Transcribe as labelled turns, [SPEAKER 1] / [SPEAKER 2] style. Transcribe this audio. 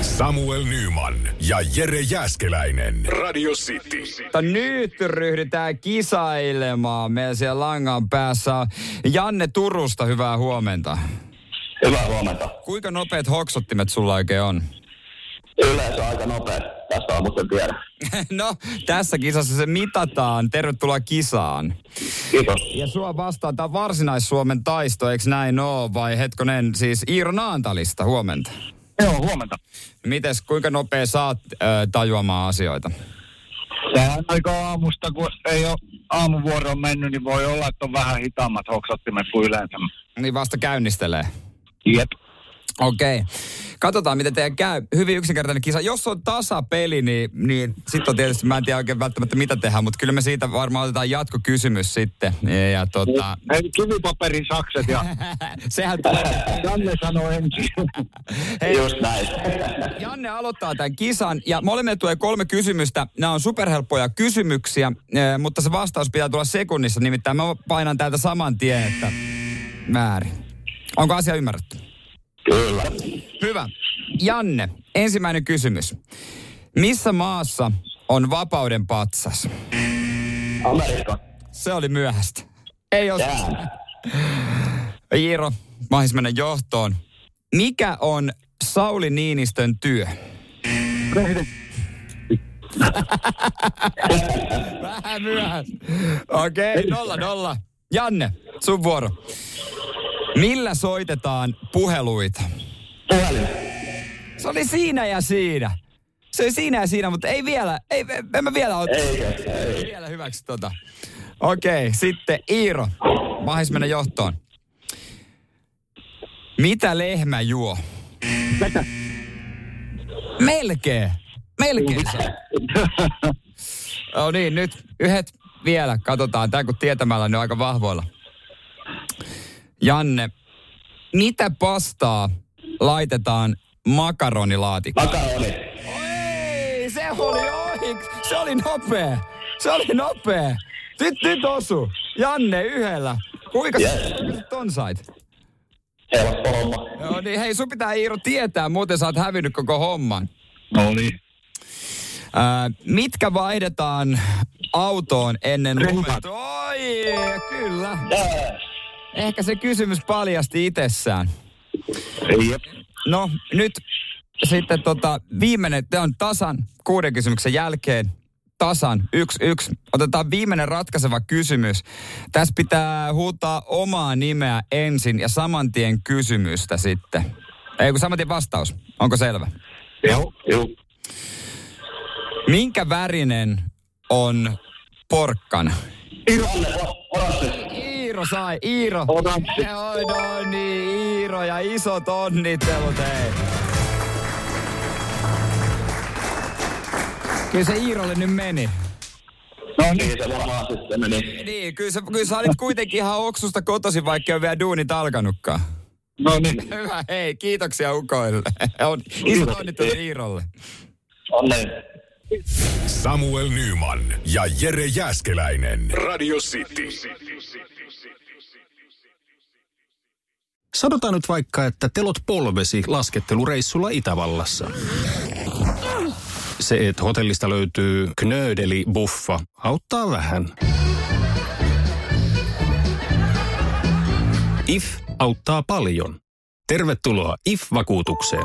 [SPEAKER 1] Samuel Nyman ja Jere Jäskeläinen. Radio City.
[SPEAKER 2] Mutta nyt ryhdytään kisailemaan. Meillä siellä langan päässä on Janne Turusta, hyvää huomenta.
[SPEAKER 3] Hyvää huomenta.
[SPEAKER 2] Kuinka nopeat hoksottimet sulla oikein on?
[SPEAKER 3] Yleensä aika nopea. Tästä on muuten tiedä.
[SPEAKER 2] No, tässä kisassa se mitataan. Tervetuloa kisaan.
[SPEAKER 3] Kiitos.
[SPEAKER 2] Ja sua vastaan tämä Varsinais-Suomen taisto, eikö näin oo? Vai hetkonen, siis Iiro Naantalista, huomenta.
[SPEAKER 3] Joo, huomenta.
[SPEAKER 2] Mites, kuinka nopea saat äh, tajuamaan asioita?
[SPEAKER 3] Sehän on aika aamusta, kun ei ole aamuvuoro mennyt, niin voi olla, että on vähän hitaammat hoksottimet kuin yleensä.
[SPEAKER 2] Niin vasta käynnistelee.
[SPEAKER 3] Jep.
[SPEAKER 2] Okei. Katsotaan, miten teidän käy. Hyvin yksinkertainen kisa. Jos on tasapeli, niin, niin sitten on tietysti, mä en tiedä oikein välttämättä mitä tehdään, mutta kyllä me siitä varmaan otetaan jatkokysymys sitten. Ja, ja tota,
[SPEAKER 3] Hei, kivipaperin sakset ja
[SPEAKER 2] sehän tulee.
[SPEAKER 3] Janne sanoi ensin.
[SPEAKER 2] Hei.
[SPEAKER 3] Just näin.
[SPEAKER 2] Janne aloittaa tämän kisan ja molemmille tulee kolme kysymystä. Nämä on superhelppoja kysymyksiä, eh, mutta se vastaus pitää tulla sekunnissa. Nimittäin mä painan täältä saman tien, että määrin. Onko asia ymmärretty?
[SPEAKER 3] Kyllä.
[SPEAKER 2] Hyvä. Janne, ensimmäinen kysymys. Missä maassa on vapauden patsas?
[SPEAKER 3] Amerikka.
[SPEAKER 2] Se oli myöhäistä. Ei ole.
[SPEAKER 3] Jää.
[SPEAKER 2] Iiro, mahis siis mennä johtoon. Mikä on Sauli Niinistön työ? Vähän myöhäistä. Okei, okay, nolla nolla. Janne, sun vuoro. Millä soitetaan puheluita?
[SPEAKER 3] Puhelin.
[SPEAKER 2] Se oli siinä ja siinä. Se oli siinä ja siinä, mutta ei vielä. Ei, en mä vielä ota.
[SPEAKER 3] Ei, ei.
[SPEAKER 2] Ei vielä hyväksi tota. Okei, sitten Iiro. Mahis mennä johtoon. Mitä lehmä juo? Melkein. Melkein. saa. No niin, nyt yhdet vielä. Katsotaan. Tää kun tietämällä ne on aika vahvoilla. Janne, mitä pastaa laitetaan makaronilaatikkoon?
[SPEAKER 3] Makaroni.
[SPEAKER 2] Ei, se oli ohi. Se oli nopea. Se oli nopea. Nyt, nyt osu. Janne yhdellä. Kuinka yes.
[SPEAKER 3] Yes.
[SPEAKER 2] ton sait?
[SPEAKER 3] Helppo homma.
[SPEAKER 2] Joo, niin hei, sun pitää Iiro tietää, muuten sä oot hävinnyt koko homman.
[SPEAKER 3] No niin.
[SPEAKER 2] Ää, mitkä vaihdetaan autoon ennen lumet? Oi, kyllä.
[SPEAKER 3] Jää.
[SPEAKER 2] Ehkä se kysymys paljasti itsessään.
[SPEAKER 3] Jep.
[SPEAKER 2] No, nyt sitten tota, viimeinen, te on tasan kuuden kysymyksen jälkeen. Tasan, yksi, yksi. Otetaan viimeinen ratkaiseva kysymys. Tässä pitää huutaa omaa nimeä ensin ja saman tien kysymystä sitten. Ei kun saman tien vastaus. Onko selvä?
[SPEAKER 3] Joo. Joo.
[SPEAKER 2] Minkä värinen on porkkana?
[SPEAKER 3] Janne, oranssi.
[SPEAKER 2] Iiro sai, Iiro.
[SPEAKER 3] Oranssi.
[SPEAKER 2] Oi, no niin, Iiro ja isot onnittelut, hei. Kyllä se Iirolle nyt meni.
[SPEAKER 3] No niin, se varmaan sitten meni.
[SPEAKER 2] Niin, kyllä sä, kyllä sä olit kuitenkin ihan oksusta kotosi, vaikka ei ole vielä duunit alkanutkaan.
[SPEAKER 3] No niin.
[SPEAKER 2] Hyvä, hei, kiitoksia ukoille. On, isot onnittelut Iirolle.
[SPEAKER 3] Onneen.
[SPEAKER 1] Samuel Nyman ja Jere Jäskeläinen. Radio City.
[SPEAKER 4] Sanotaan nyt vaikka, että telot polvesi laskettelureissulla Itävallassa. Se, että hotellista löytyy knöydeli buffa, auttaa vähän. IF auttaa paljon. Tervetuloa IF-vakuutukseen.